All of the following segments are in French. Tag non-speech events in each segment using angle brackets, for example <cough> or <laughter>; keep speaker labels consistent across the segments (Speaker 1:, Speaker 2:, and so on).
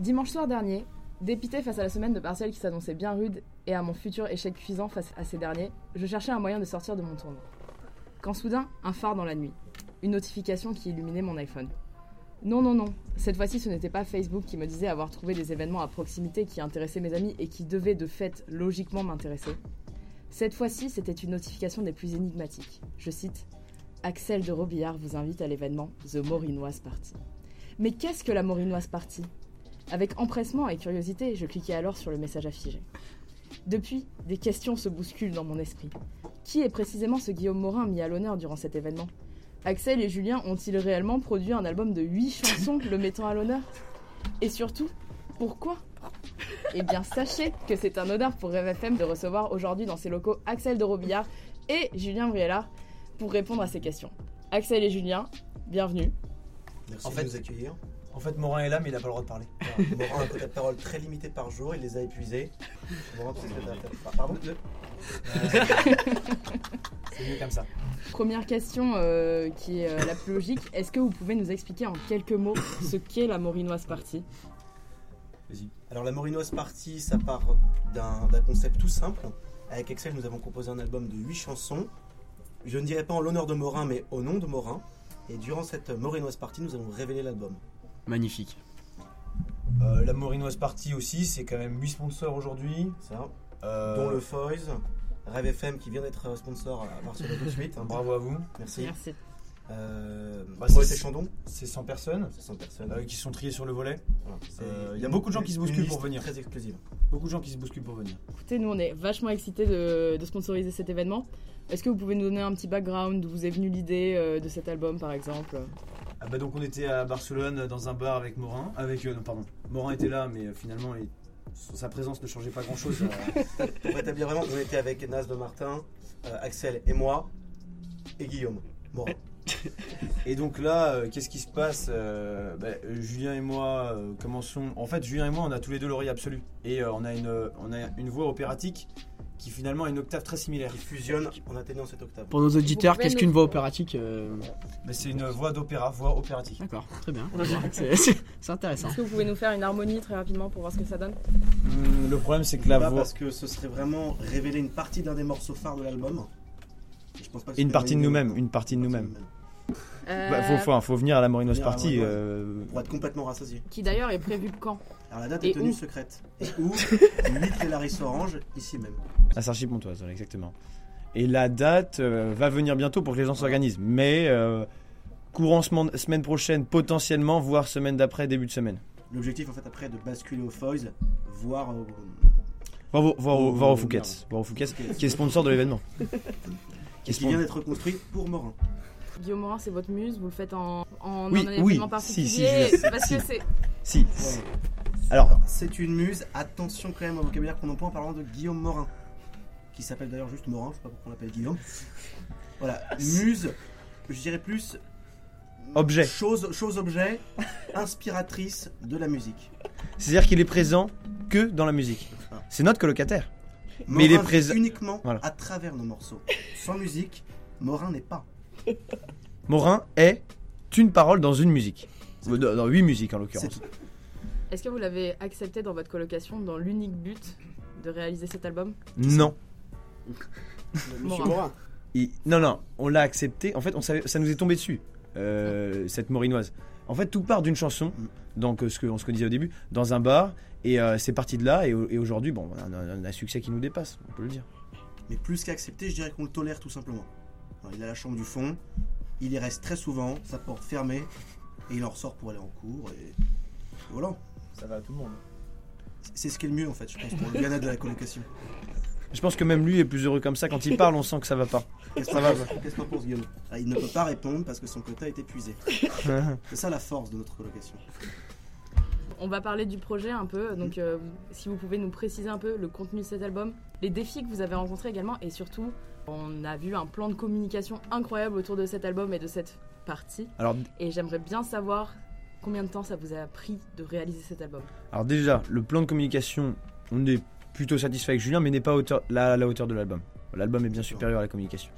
Speaker 1: Dimanche soir dernier, dépité face à la semaine de partiel qui s'annonçait bien rude et à mon futur échec cuisant face à ces derniers, je cherchais un moyen de sortir de mon tournoi. Quand soudain, un phare dans la nuit. Une notification qui illuminait mon iPhone. Non, non, non. Cette fois-ci, ce n'était pas Facebook qui me disait avoir trouvé des événements à proximité qui intéressaient mes amis et qui devaient de fait logiquement m'intéresser. Cette fois-ci, c'était une notification des plus énigmatiques. Je cite Axel de Robillard vous invite à l'événement The Morinoise Party. Mais qu'est-ce que la Morinoise Party Avec empressement et curiosité, je cliquais alors sur le message affigé. Depuis, des questions se bousculent dans mon esprit. Qui est précisément ce Guillaume Morin mis à l'honneur durant cet événement Axel et Julien ont-ils réellement produit un album de 8 chansons le mettant à l'honneur Et surtout, pourquoi Eh bien, sachez que c'est un honneur pour Rêve FM de recevoir aujourd'hui dans ses locaux Axel de Robillard et Julien Briella pour répondre à ces questions. Axel et Julien, bienvenue.
Speaker 2: Merci
Speaker 3: En
Speaker 2: de
Speaker 3: fait-
Speaker 2: nous accueillir.
Speaker 3: En fait, Morin est là, mais il a pas le droit de parler.
Speaker 2: Voilà. Morin a un quota de parole très limité par jour, il les a épuisés. Morin, tu sais ce que t'as à faire. Ah, Pardon
Speaker 3: C'est mieux comme ça.
Speaker 1: Première question euh, qui est euh, la plus logique est-ce que vous pouvez nous expliquer en quelques mots ce qu'est la Morinoise Party
Speaker 3: Vas-y.
Speaker 2: Alors la Morinoise Party, ça part d'un d'un concept tout simple. Avec Excel, nous avons composé un album de 8 chansons. Je ne dirais pas en l'honneur de Morin, mais au nom de Morin. Et durant cette Morinoise Party, nous allons révéler l'album.
Speaker 4: Magnifique.
Speaker 3: Euh, la Morinoise Party aussi, c'est quand même 8 sponsors aujourd'hui.
Speaker 2: Ça,
Speaker 3: Euh,
Speaker 2: dont le Foys, Rêve FM qui vient d'être euh, sponsor à partir de tout de suite. hein.
Speaker 3: <laughs> Bravo à vous.
Speaker 2: Merci.
Speaker 1: Merci.
Speaker 2: Euh,
Speaker 3: Bah,
Speaker 2: Moët
Speaker 3: c'est-
Speaker 2: et Chandon,
Speaker 3: C'est 100 personnes
Speaker 2: 60 personnes.
Speaker 3: euh, qui sont triées sur le volet.
Speaker 2: Voilà, c'est-
Speaker 3: euh, il y a beaucoup de gens qui se
Speaker 2: une
Speaker 3: bousculent
Speaker 2: liste
Speaker 3: pour venir.
Speaker 2: Très exclusive.
Speaker 3: Beaucoup de gens qui se bousculent pour venir.
Speaker 1: Écoutez, nous on est vachement excités de, de sponsoriser cet événement. Est-ce que vous pouvez nous donner un petit background d'où vous est venue l'idée euh, de cet album par exemple
Speaker 3: Ah bah donc on était à Barcelone dans un bar avec Morin. Avec euh, non pardon. Morin était là, mais euh, finalement il- sa présence ne changeait pas euh. grand chose. <laughs>
Speaker 2: Pour établir vraiment, on était avec Nas de Martin, euh, Axel et moi, et Guillaume. Bon,
Speaker 3: Et donc là, euh, qu'est-ce qui se passe Euh, bah, euh, Julien et moi euh, commençons. En fait, Julien et moi, on a tous les deux l'oreille absolue. Et euh, on, a une, euh, on a une voix opératique qui finalement a une octave très similaire.
Speaker 2: qui fusionne en atteignant cette octave.
Speaker 4: Pour nos auditeurs,
Speaker 1: pouvez
Speaker 4: qu'est-ce
Speaker 1: nous-
Speaker 4: qu'une voix opératique euh,
Speaker 3: Mais c'est une voix d'opéra, voix opératique.
Speaker 4: D'accord, très bien. C'est- C'est c'est intéressant.
Speaker 1: Est-ce que vous pouvez nous faire une harmonie très rapidement pour voir ce que ça donne
Speaker 3: Hum, le problème, c'est que la
Speaker 2: Pas
Speaker 3: voix.
Speaker 2: parce que ce serait vraiment révéler une partie d'un des morceaux phares de l'album. Et je pense pas que ce
Speaker 3: Et Une
Speaker 2: serait
Speaker 3: partie de
Speaker 2: idée.
Speaker 3: nous-mêmes, une partie de nous-mêmes.
Speaker 1: Euh,
Speaker 3: Bah, faut, faut- faut venir à la Morinos
Speaker 2: Venir à la
Speaker 3: Party.
Speaker 2: Morinos.
Speaker 3: euh,
Speaker 2: Pour être complètement rassasié.
Speaker 1: Qui d'ailleurs est prévu quand
Speaker 2: Alors la date
Speaker 1: Et
Speaker 2: est tenue
Speaker 1: où
Speaker 2: secrète. Et où
Speaker 1: <laughs>
Speaker 2: 8 et Larry Orange, ici même.
Speaker 3: à Sarchy-Pontoise, voilà, exactement. Et la date euh, va venir bientôt pour que les gens s'organisent. Mais euh, courant semen- semaine prochaine, potentiellement, voire semaine d'après, début de semaine.
Speaker 2: L'objectif en fait après est de basculer au Foils, euh, voire au.
Speaker 3: Voir, au- voir, au-
Speaker 4: Oh,
Speaker 3: voir au
Speaker 4: merde.
Speaker 3: Fouquet's. Voir au Fouquet's, qui est sponsor de l'événement.
Speaker 2: Et qui vient d'être reconstruit pour Morin.
Speaker 1: Guillaume Morin, c'est votre muse, vous le faites en, en
Speaker 3: Oui,
Speaker 1: un événement
Speaker 3: oui,
Speaker 1: particulier
Speaker 3: si, si, Julia, si,
Speaker 1: Parce que c'est.
Speaker 3: Si.
Speaker 2: Voilà.
Speaker 3: Alors,
Speaker 2: C'est une muse, attention quand même au vocabulaire qu'on emploie en parlant de Guillaume Morin. Qui s'appelle d'ailleurs juste Morin, je sais pas pourquoi on l'appelle Guillaume. Voilà, muse, je dirais plus.
Speaker 3: Objet.
Speaker 2: Chose, chose objet, inspiratrice de la musique.
Speaker 3: c'est-à-dire qu'il est présent que dans la musique. C'est notre colocataire. Mais il est
Speaker 2: Morin vit
Speaker 3: présent-
Speaker 2: uniquement
Speaker 3: Voilà.
Speaker 2: à travers nos morceaux. Sans musique, Morin n'est pas.
Speaker 3: Morin est une parole dans une musique. Euh, Dans dans huit musiques en
Speaker 2: C'est
Speaker 3: l'occurrence.
Speaker 2: tout.
Speaker 1: Est-ce que vous l'avez accepté dans votre colocation dans l'unique but de réaliser cet album
Speaker 3: Non.
Speaker 1: Morin.
Speaker 3: Il- Non, non, on l'a accepté. En fait, on savait- ça nous est tombé dessus, euh, cette morinoise. En fait, tout part d'une chanson, donc euh, ce qu'on se disait au début, dans un bar. Et euh, c'est parti de là. Et, au- et aujourd'hui, bon, on a, on a un succès qui nous dépasse, on peut le dire.
Speaker 2: Mais plus qu'accepté, je dirais qu'on le tolère tout simplement. Alors, il a la chambre du fond, il y reste très souvent, sa porte fermée, et il en ressort pour aller en cours, et voilà.
Speaker 3: Ça va à tout le monde.
Speaker 2: C'est ce qui est le mieux en fait, je pense, pour le Ghana de la colocation.
Speaker 3: Je pense que même lui est plus heureux comme ça. Quand il parle, on sent que ça va pas.
Speaker 2: Qu'est-ce
Speaker 3: Ça va,
Speaker 2: qu'on qu'est-ce qu'on pense, Guillaume Ah, Il ne peut pas répondre parce que son quota est épuisé. C'est ça la force de notre colocation.
Speaker 1: On va parler du projet un peu, donc euh, si vous pouvez nous préciser un peu le contenu de cet album, les défis que vous avez rencontrés également, et surtout, on a vu un plan de communication incroyable autour de cet album et de cette partie,
Speaker 3: Alors,
Speaker 1: et j'aimerais bien savoir combien de temps ça vous a pris de réaliser cet album.
Speaker 3: alors déjà, le plan de communication, on est plutôt satisfait avec Julien, mais n'est pas à hauteur- la- à la hauteur de l'album. L'album est bien supérieur à la communication.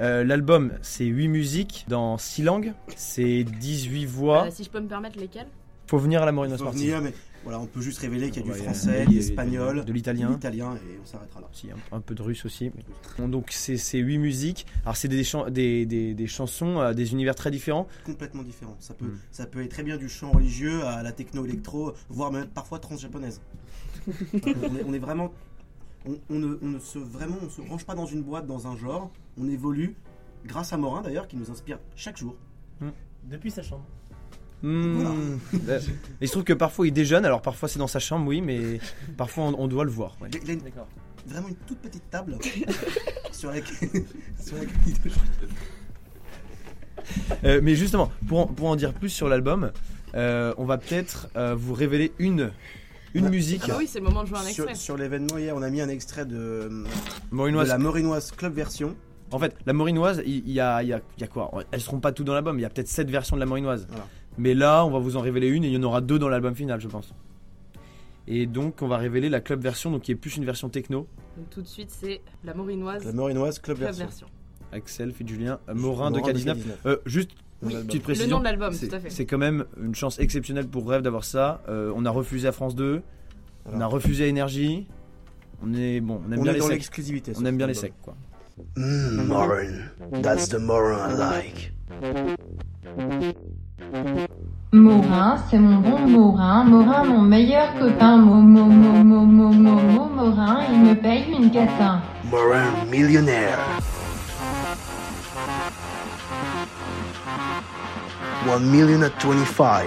Speaker 3: Euh, l'album, c'est 8 musiques dans 6 langues, c'est 18 voix.
Speaker 1: Euh, si je peux me permettre, lesquels
Speaker 3: Faut venir à la Morino
Speaker 2: Faut
Speaker 3: Sportive.
Speaker 2: venir, mais voilà, on peut juste révéler qu'il y a du
Speaker 3: Ouais,
Speaker 2: français,
Speaker 3: il y a-
Speaker 2: de l'espagnol,
Speaker 3: de
Speaker 2: de
Speaker 3: l'italien.
Speaker 2: l'italien, et on s'arrêtera là.
Speaker 3: Si, un, un peu de russe aussi. mais- Bon, donc c'est c'est huit musiques. Alors c'est des, chan- des, des- des chansons, euh, des univers très différents.
Speaker 2: Complètement différent. Ça peut,
Speaker 3: Mm.
Speaker 2: ça peut être très bien du chant religieux à la techno électro, voire même parfois trans-japonaise. on, est, on est vraiment. On, on ne, on ne se, vraiment, on se range pas dans une boîte, dans un genre. On évolue, grâce à Morin d'ailleurs, qui nous inspire chaque jour.
Speaker 5: Depuis sa chambre.
Speaker 3: Hmm. Euh, Il se trouve que parfois il déjeune, alors parfois c'est dans sa chambre, oui, mais parfois on, on doit le voir. ouais.
Speaker 2: Il a- il a une-
Speaker 5: D'accord.
Speaker 2: vraiment une toute petite table
Speaker 3: <laughs>
Speaker 2: sur laquelle, sur laquelle il déjeune.
Speaker 3: Euh, mais justement, pour en, pour en dire plus sur l'album, euh, on va peut-être euh, vous révéler une, une
Speaker 2: Ah.
Speaker 3: musique.
Speaker 1: Ah bah oui, c'est le moment de jouer un extrait.
Speaker 2: Sur, sur l'événement hier, on a mis un extrait de, de
Speaker 3: Morinoise.
Speaker 2: la Morinoise Club version.
Speaker 3: En fait, la Morinoise, il il y, a, il y a- il y a quoi Elles seront pas toutes dans l'album, il y a peut-être sept versions de la Morinoise.
Speaker 2: Voilà.
Speaker 3: Mais là, on va vous en révéler une et il y en aura deux dans l'album final, je pense. Et donc, on va révéler la club version, donc qui est plus une version techno.
Speaker 1: Donc tout de suite, c'est la Morinoise
Speaker 2: La Morinoise Club,
Speaker 1: Club
Speaker 2: version.
Speaker 1: version.
Speaker 3: Axel, fit Julien, euh, Morin, de K19. Euh, juste,
Speaker 2: Oui.
Speaker 3: une petite
Speaker 1: Le
Speaker 3: précision.
Speaker 1: nom de l'album,
Speaker 3: c'est-
Speaker 1: tout à fait.
Speaker 3: C'est quand même une chance exceptionnelle pour Rêve d'avoir ça. Euh, on a refusé à France 2, on a
Speaker 2: Voilà.
Speaker 3: refusé à Énergie. On est bon, on aime
Speaker 2: On
Speaker 3: bien
Speaker 2: est
Speaker 3: les
Speaker 2: dans
Speaker 3: secs.
Speaker 2: l'exclusivité.
Speaker 3: On aime bien les secs, quoi.
Speaker 2: Mm, Morin, that's the Morin I like.
Speaker 6: Morin, c'est mon bon Morin, Morin mon meilleur copain, mo mo mo mo mo mo mo Morin, il me paye une catin.
Speaker 2: Morin millionnaire. One million at 25.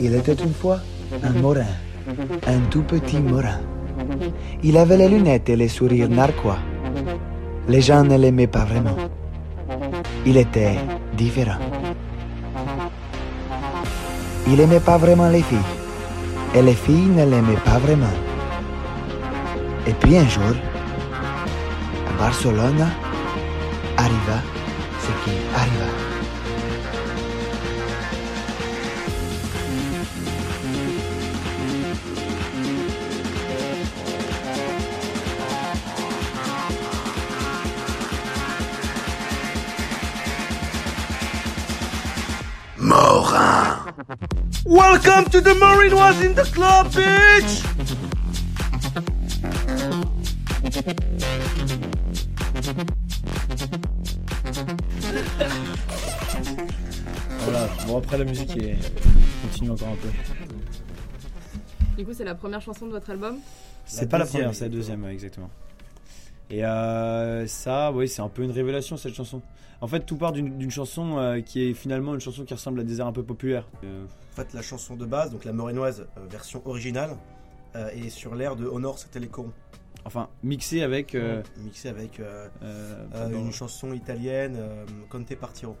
Speaker 7: Il était une fois un morin, un tout petit morin. Il avait les lunettes et les sourires narquois. Les gens ne l'aimaient pas vraiment. Il était différent. Il aimait pas vraiment les filles. Et les filles ne l'aimaient pas vraiment. Et puis un jour, à Barcelone, arriva ce qui arriva.
Speaker 3: Welcome to the Morinoise in the club, bitch! Voilà, bon après la musique est... continue encore un peu.
Speaker 1: Du coup, c'est la première chanson de votre album.
Speaker 3: C'est pas la
Speaker 2: deuxième,
Speaker 3: première, c'est la deuxième, ouais, exactement. Et euh, ça, oui, c'est un peu une révélation cette chanson. En fait, tout part d'une d'une chanson euh, qui est finalement une chanson qui ressemble à des airs un peu populaires. Euh,
Speaker 2: En fait, la chanson de base, donc la Morinoise euh, version originale, euh, est sur l'air de Honor, c'était les corons.
Speaker 3: enfin, mixée avec. euh,
Speaker 2: Mixé avec euh,
Speaker 3: euh,
Speaker 2: euh,
Speaker 3: dans-
Speaker 2: une chanson italienne, euh, Conte Partiro.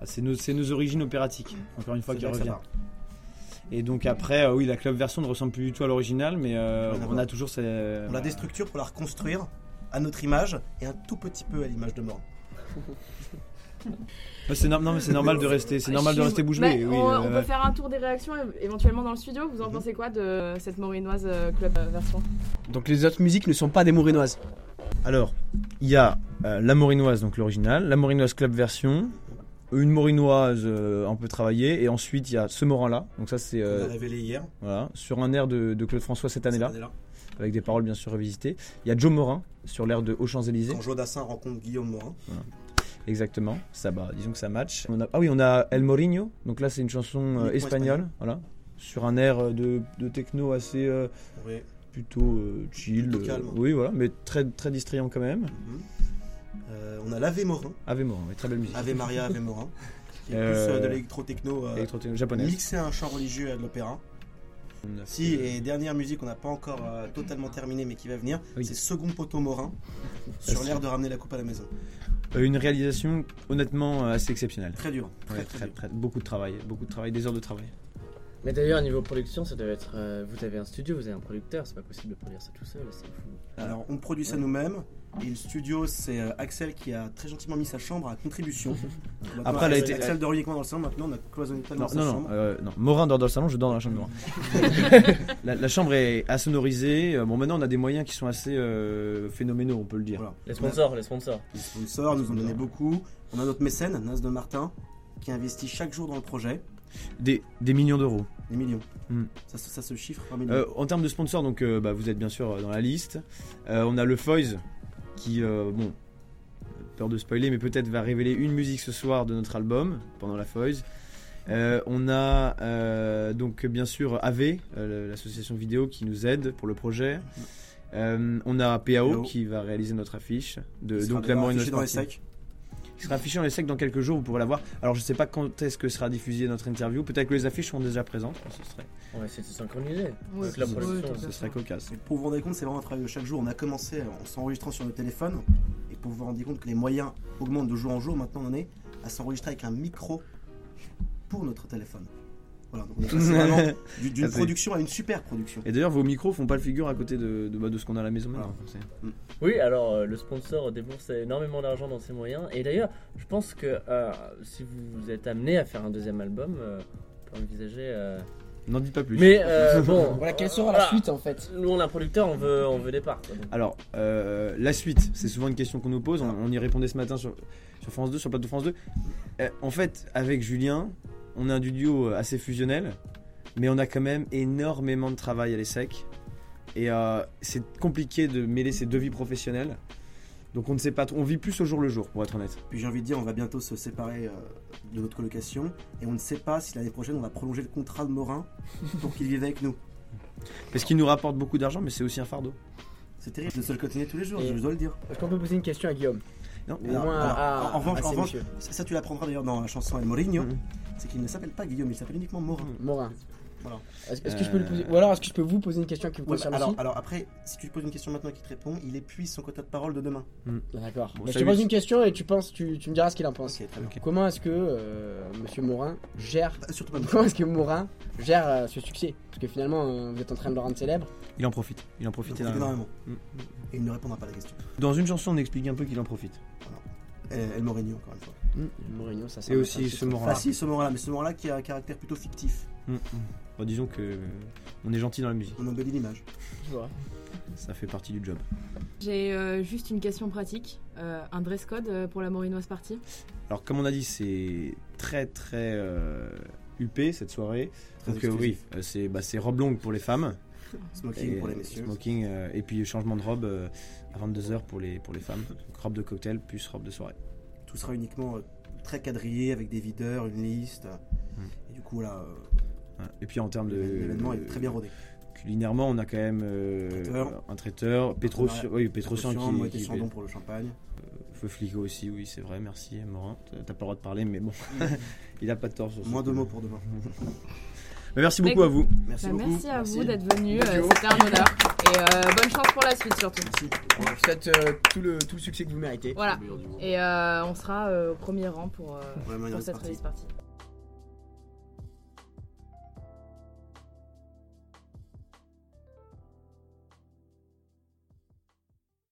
Speaker 3: Ah, C'est nos, c'est nos origines opératiques,
Speaker 1: Mm.
Speaker 3: encore une fois,
Speaker 2: C'est
Speaker 3: qui
Speaker 2: là que ça
Speaker 3: revient.
Speaker 2: part.
Speaker 3: Et donc après, euh, oui, la club version ne ressemble plus du tout à l'original, mais euh,
Speaker 2: Ouais, d'accord.
Speaker 3: on a toujours ces...
Speaker 2: On la déstructure pour la reconstruire à notre image et un tout petit peu à l'image de Morin.
Speaker 3: Ouais, Bah, c'est no- non, mais c'est normal de rester, c'est normal de
Speaker 1: Je-
Speaker 3: rester bouche
Speaker 1: Ah, Mais
Speaker 3: bée.
Speaker 1: on,
Speaker 3: oui,
Speaker 1: on
Speaker 3: euh,
Speaker 1: peut faire un tour des réactions é- éventuellement dans le studio. Vous en
Speaker 2: Mhm.
Speaker 1: pensez quoi de cette Morinoise euh, Club euh, version
Speaker 4: Donc les autres musiques ne sont pas des Mourinoises.
Speaker 3: Alors, il y a euh, la Morinoise, donc l'original, la Morinoise club version, une Morinoise euh, un peu travaillée, et ensuite il y a ce Morin là. Donc ça c'est
Speaker 2: On
Speaker 3: euh,
Speaker 2: l'a révélé hier.
Speaker 3: voilà, sur un air de, de Claude François cette année-là,
Speaker 2: Cette année-là.
Speaker 3: avec des paroles bien sûr revisitées. Il y a Joe Morin sur l'air de Aux Champs Élysées.
Speaker 2: Quand Joe Dassin rencontre Guillaume Morin.
Speaker 3: Exactement. Ça, bah, disons que ça match. On a- ah oui, on a El Mourinho. Donc là, c'est une chanson euh,
Speaker 2: Uniquement
Speaker 3: espagnole.
Speaker 2: espagnole.
Speaker 3: Voilà. Sur un air euh, de, de techno assez euh,
Speaker 2: Ouais.
Speaker 3: plutôt euh, chill.
Speaker 2: Plutôt
Speaker 3: euh,
Speaker 2: calme.
Speaker 3: oui, voilà, mais très, très distrayant quand même.
Speaker 2: Mhm. Euh, on a l'Ave Morin,
Speaker 3: Ave Morin, ouais, très belle musique.
Speaker 2: Ave Maria, Ave Morin, qui est
Speaker 3: Euh,
Speaker 2: plus euh, de l'électro-techno euh,
Speaker 3: Électro japonaise.
Speaker 2: mixé à un chant religieux et à de l'opéra. Si, et dernière musique qu'on n'a pas encore euh, totalement terminée mais qui va venir,
Speaker 3: Oui.
Speaker 2: c'est Second Poteau
Speaker 3: <laughs>
Speaker 2: Morin, sur l'air de ramener la coupe à la maison.
Speaker 3: Euh, Une réalisation honnêtement euh, assez exceptionnelle.
Speaker 2: Très dur, très
Speaker 3: Ouais,
Speaker 2: très,
Speaker 3: très-
Speaker 2: dur.
Speaker 3: très- beaucoup de travail, beaucoup de travail, des heures de travail.
Speaker 8: Mais d'ailleurs, niveau production, ça devait être. euh, vous avez un studio, vous avez un producteur, c'est pas possible de produire ça tout seul, c'est fou.
Speaker 2: Alors on produit ça nous-mêmes, et le studio c'est euh, Axel qui a très gentiment mis sa chambre à
Speaker 3: <laughs>
Speaker 2: contribution. Maintenant,
Speaker 3: Après, elle a
Speaker 2: Axel-
Speaker 3: été-
Speaker 2: Axel dort uniquement dans le salon, maintenant on a cloisonné totalement
Speaker 3: Non,
Speaker 2: sa
Speaker 3: non, non,
Speaker 2: chambre.
Speaker 3: euh, non. Morin dort dans le salon, je dors dans la chambre de Morin.
Speaker 2: <laughs>
Speaker 3: la, la chambre est assonorisée. Euh, Bon, maintenant, on a des moyens qui sont assez euh, phénoménaux, on peut le dire.
Speaker 2: Voilà.
Speaker 8: Les sponsors, les sponsors.
Speaker 2: Les sponsors nous ont donné beaucoup. On a notre mécène, Nas de Martin, qui investit chaque jour dans le projet,
Speaker 3: Des, des millions d'euros.
Speaker 2: des millions.
Speaker 3: Hmm.
Speaker 2: Ça, se- ça se chiffre par millions.
Speaker 3: Euh, en termes de sponsors, donc, euh, bah, vous êtes bien sûr euh, dans la liste. Euh, on a le Foyz, qui, euh, bon, peur de spoiler, mais peut-être va révéler une musique ce soir de notre album, pendant la Foyz. Euh, on a euh, donc bien sûr AV, euh, l'association vidéo qui nous aide pour le projet. Euh, on a PAO
Speaker 2: PAO.
Speaker 3: qui va réaliser notre affiche
Speaker 2: Il
Speaker 3: de
Speaker 2: sera
Speaker 3: donc la
Speaker 2: d'abord
Speaker 3: Morine
Speaker 2: affiché dans les
Speaker 3: Sportive.
Speaker 2: sacs.
Speaker 3: qui sera affiché dans les secs dans quelques jours, vous pourrez la voir. Alors je sais pas quand est-ce que sera diffusée notre interview, peut-être que les affiches sont déjà présentes, ce serait,
Speaker 8: On va essayer de se synchroniser.
Speaker 1: Ouais,
Speaker 8: Avec la
Speaker 1: ouais,
Speaker 8: production,
Speaker 1: tout à
Speaker 8: ce
Speaker 3: ce
Speaker 1: fait.
Speaker 3: serait cocasse.
Speaker 1: <laughs>
Speaker 2: Et Pour vous rendre compte, c'est vraiment un travail de chaque jour. On a commencé en s'enregistrant sur nos téléphones. Et pour vous rendre compte que les moyens augmentent de jour en jour, maintenant on en est à s'enregistrer avec un micro pour notre téléphone. Voilà, donc on est passé
Speaker 3: <laughs>
Speaker 2: vraiment du- d'une
Speaker 3: Ah, c'est-
Speaker 2: production à une super production.
Speaker 3: Et d'ailleurs vos micros font pas le figure à côté de, de, bah, de ce qu'on a à la maison maintenant.
Speaker 8: Oui, alors euh, le sponsor débourse énormément d'argent dans ses moyens. Et d'ailleurs, je pense que euh, si vous êtes amené à faire un deuxième album, euh, on peut envisager. euh,
Speaker 3: N'en dites pas plus.
Speaker 8: Mais
Speaker 3: <laughs>
Speaker 8: euh, bon.
Speaker 9: Voilà, quelle sera
Speaker 8: voilà.
Speaker 9: la suite en fait
Speaker 8: Nous, on a un producteur, on veut, on veut des parts. quoi. Donc,
Speaker 3: Alors, euh, la suite, c'est souvent une question qu'on nous pose. On, on y répondait ce matin sur, sur France 2, sur le plateau France 2. Euh, en fait, avec Julien, on a un duo euh, assez fusionnel, mais on a quand même énormément de travail à l'ESSEC. Et euh, c'est compliqué de mêler ces deux vies professionnelles. Donc on ne sait pas trop. On vit plus au jour le jour, pour être honnête.
Speaker 2: Puis j'ai envie de dire, on va bientôt se séparer euh, de notre colocation. Et on ne sait pas si l'année prochaine on va prolonger le contrat de Morin pour qu'il vive avec nous.
Speaker 3: Parce qu'il nous rapporte beaucoup d'argent, mais c'est aussi un fardeau.
Speaker 2: C'est terrible, je dois le continuer tous les jours, je dois le dire.
Speaker 9: Est-ce qu'on peut poser une question à Guillaume
Speaker 3: Non,
Speaker 9: Au
Speaker 2: Alors,
Speaker 9: moins
Speaker 2: alors,
Speaker 9: à,
Speaker 2: en revanche-
Speaker 9: à
Speaker 2: en
Speaker 9: ces
Speaker 2: revanche-
Speaker 9: messieurs.
Speaker 2: Ça, ça, tu l'apprendras d'ailleurs dans la chanson El Mourinho.
Speaker 3: Mhm.
Speaker 2: C'est qu'il ne s'appelle pas Guillaume, il s'appelle uniquement Morin.
Speaker 9: Morin.
Speaker 2: Voilà.
Speaker 9: Est-ce est-ce que je peux le poser Ou alors est-ce que je peux vous poser une question qui vous
Speaker 2: Ouais, bah,
Speaker 9: concerne
Speaker 2: alors,
Speaker 9: aussi
Speaker 2: alors après, si tu lui poses une question maintenant et qu'il te répond, il épuise son quota de parole de demain.
Speaker 9: Ah, D'accord.
Speaker 3: Bon,
Speaker 9: Bah, je
Speaker 3: salut.
Speaker 9: te pose une question et tu penses, tu, tu me diras ce qu'il en pense.
Speaker 2: Ok, très bien.
Speaker 9: Comment est-ce que euh, Monsieur Morin gère <laughs>
Speaker 2: Bah, surtout pas
Speaker 3: <laughs>
Speaker 2: nous.
Speaker 9: Comment est-ce que Morin gère euh, ce succès Parce que finalement, euh, vous êtes en train de le rendre célèbre.
Speaker 3: Il en profite. Il en
Speaker 2: Il
Speaker 3: profite
Speaker 2: en profite
Speaker 3: énormément.
Speaker 2: énormément.
Speaker 3: Mhm.
Speaker 2: Et il ne répondra pas à la question.
Speaker 3: Dans une chanson, on explique un peu qu'il en profite.
Speaker 2: El, El Mourinho, encore une fois.
Speaker 9: Mourinho, ça
Speaker 3: Et aussi ce
Speaker 2: Ah
Speaker 3: moral.
Speaker 2: si, ce moment-là, mais ce moment-là qui a un caractère plutôt fictif.
Speaker 3: Mm, mm. Bon, disons que euh, on est gentil dans la musique.
Speaker 2: On embellit l'image.
Speaker 3: Ça fait partie du job.
Speaker 1: J'ai euh, juste une question pratique. Euh, un dress code euh, pour la Morinoise partie
Speaker 3: Alors comme on a dit, c'est très très euh, huppé cette soirée.
Speaker 2: Très
Speaker 3: Donc euh, oui,
Speaker 2: exclusif.
Speaker 3: euh, c'est bah, c'est robe longue pour les femmes.
Speaker 2: Smoking pour les messieurs.
Speaker 3: Smoking euh, et puis changement de robe euh, à 22h pour les, pour les femmes. Donc, robe de cocktail plus robe de soirée.
Speaker 2: Tout sera uniquement euh, très quadrillé avec des videurs, une liste.
Speaker 3: Mm.
Speaker 2: Et du coup, là, euh,
Speaker 3: Voilà. Hein. Et puis en termes de...
Speaker 2: l'événement est très bien rodé.
Speaker 3: Culinairement, on a quand même euh,
Speaker 2: Traiteur.
Speaker 3: un traiteur. Petrosian, oui, Petrosian
Speaker 2: Attention,
Speaker 3: qui...
Speaker 2: moitié
Speaker 3: qui-
Speaker 2: chandon pour le champagne.
Speaker 3: Feu Flico aussi, oui, c'est vrai, merci Morin. T'as t'as pas le droit de parler, mais bon, <laughs> il a pas de tort sur ce
Speaker 2: Moins de
Speaker 3: coup.
Speaker 2: mots pour demain.
Speaker 3: Mais merci beaucoup
Speaker 1: Mais-
Speaker 3: à vous.
Speaker 2: Merci
Speaker 1: Bah,
Speaker 2: beaucoup.
Speaker 1: Merci à vous
Speaker 2: Merci.
Speaker 1: d'être venu. euh, C'était un honneur. Et euh, bonne chance pour la suite surtout.
Speaker 9: Je vous souhaite euh, tout, le, tout le succès que vous méritez.
Speaker 1: Voilà. Et euh, on sera euh, au premier rang pour, euh,
Speaker 2: Pour
Speaker 1: pour
Speaker 2: la Morinoise
Speaker 1: cette
Speaker 2: partie.
Speaker 1: release partie.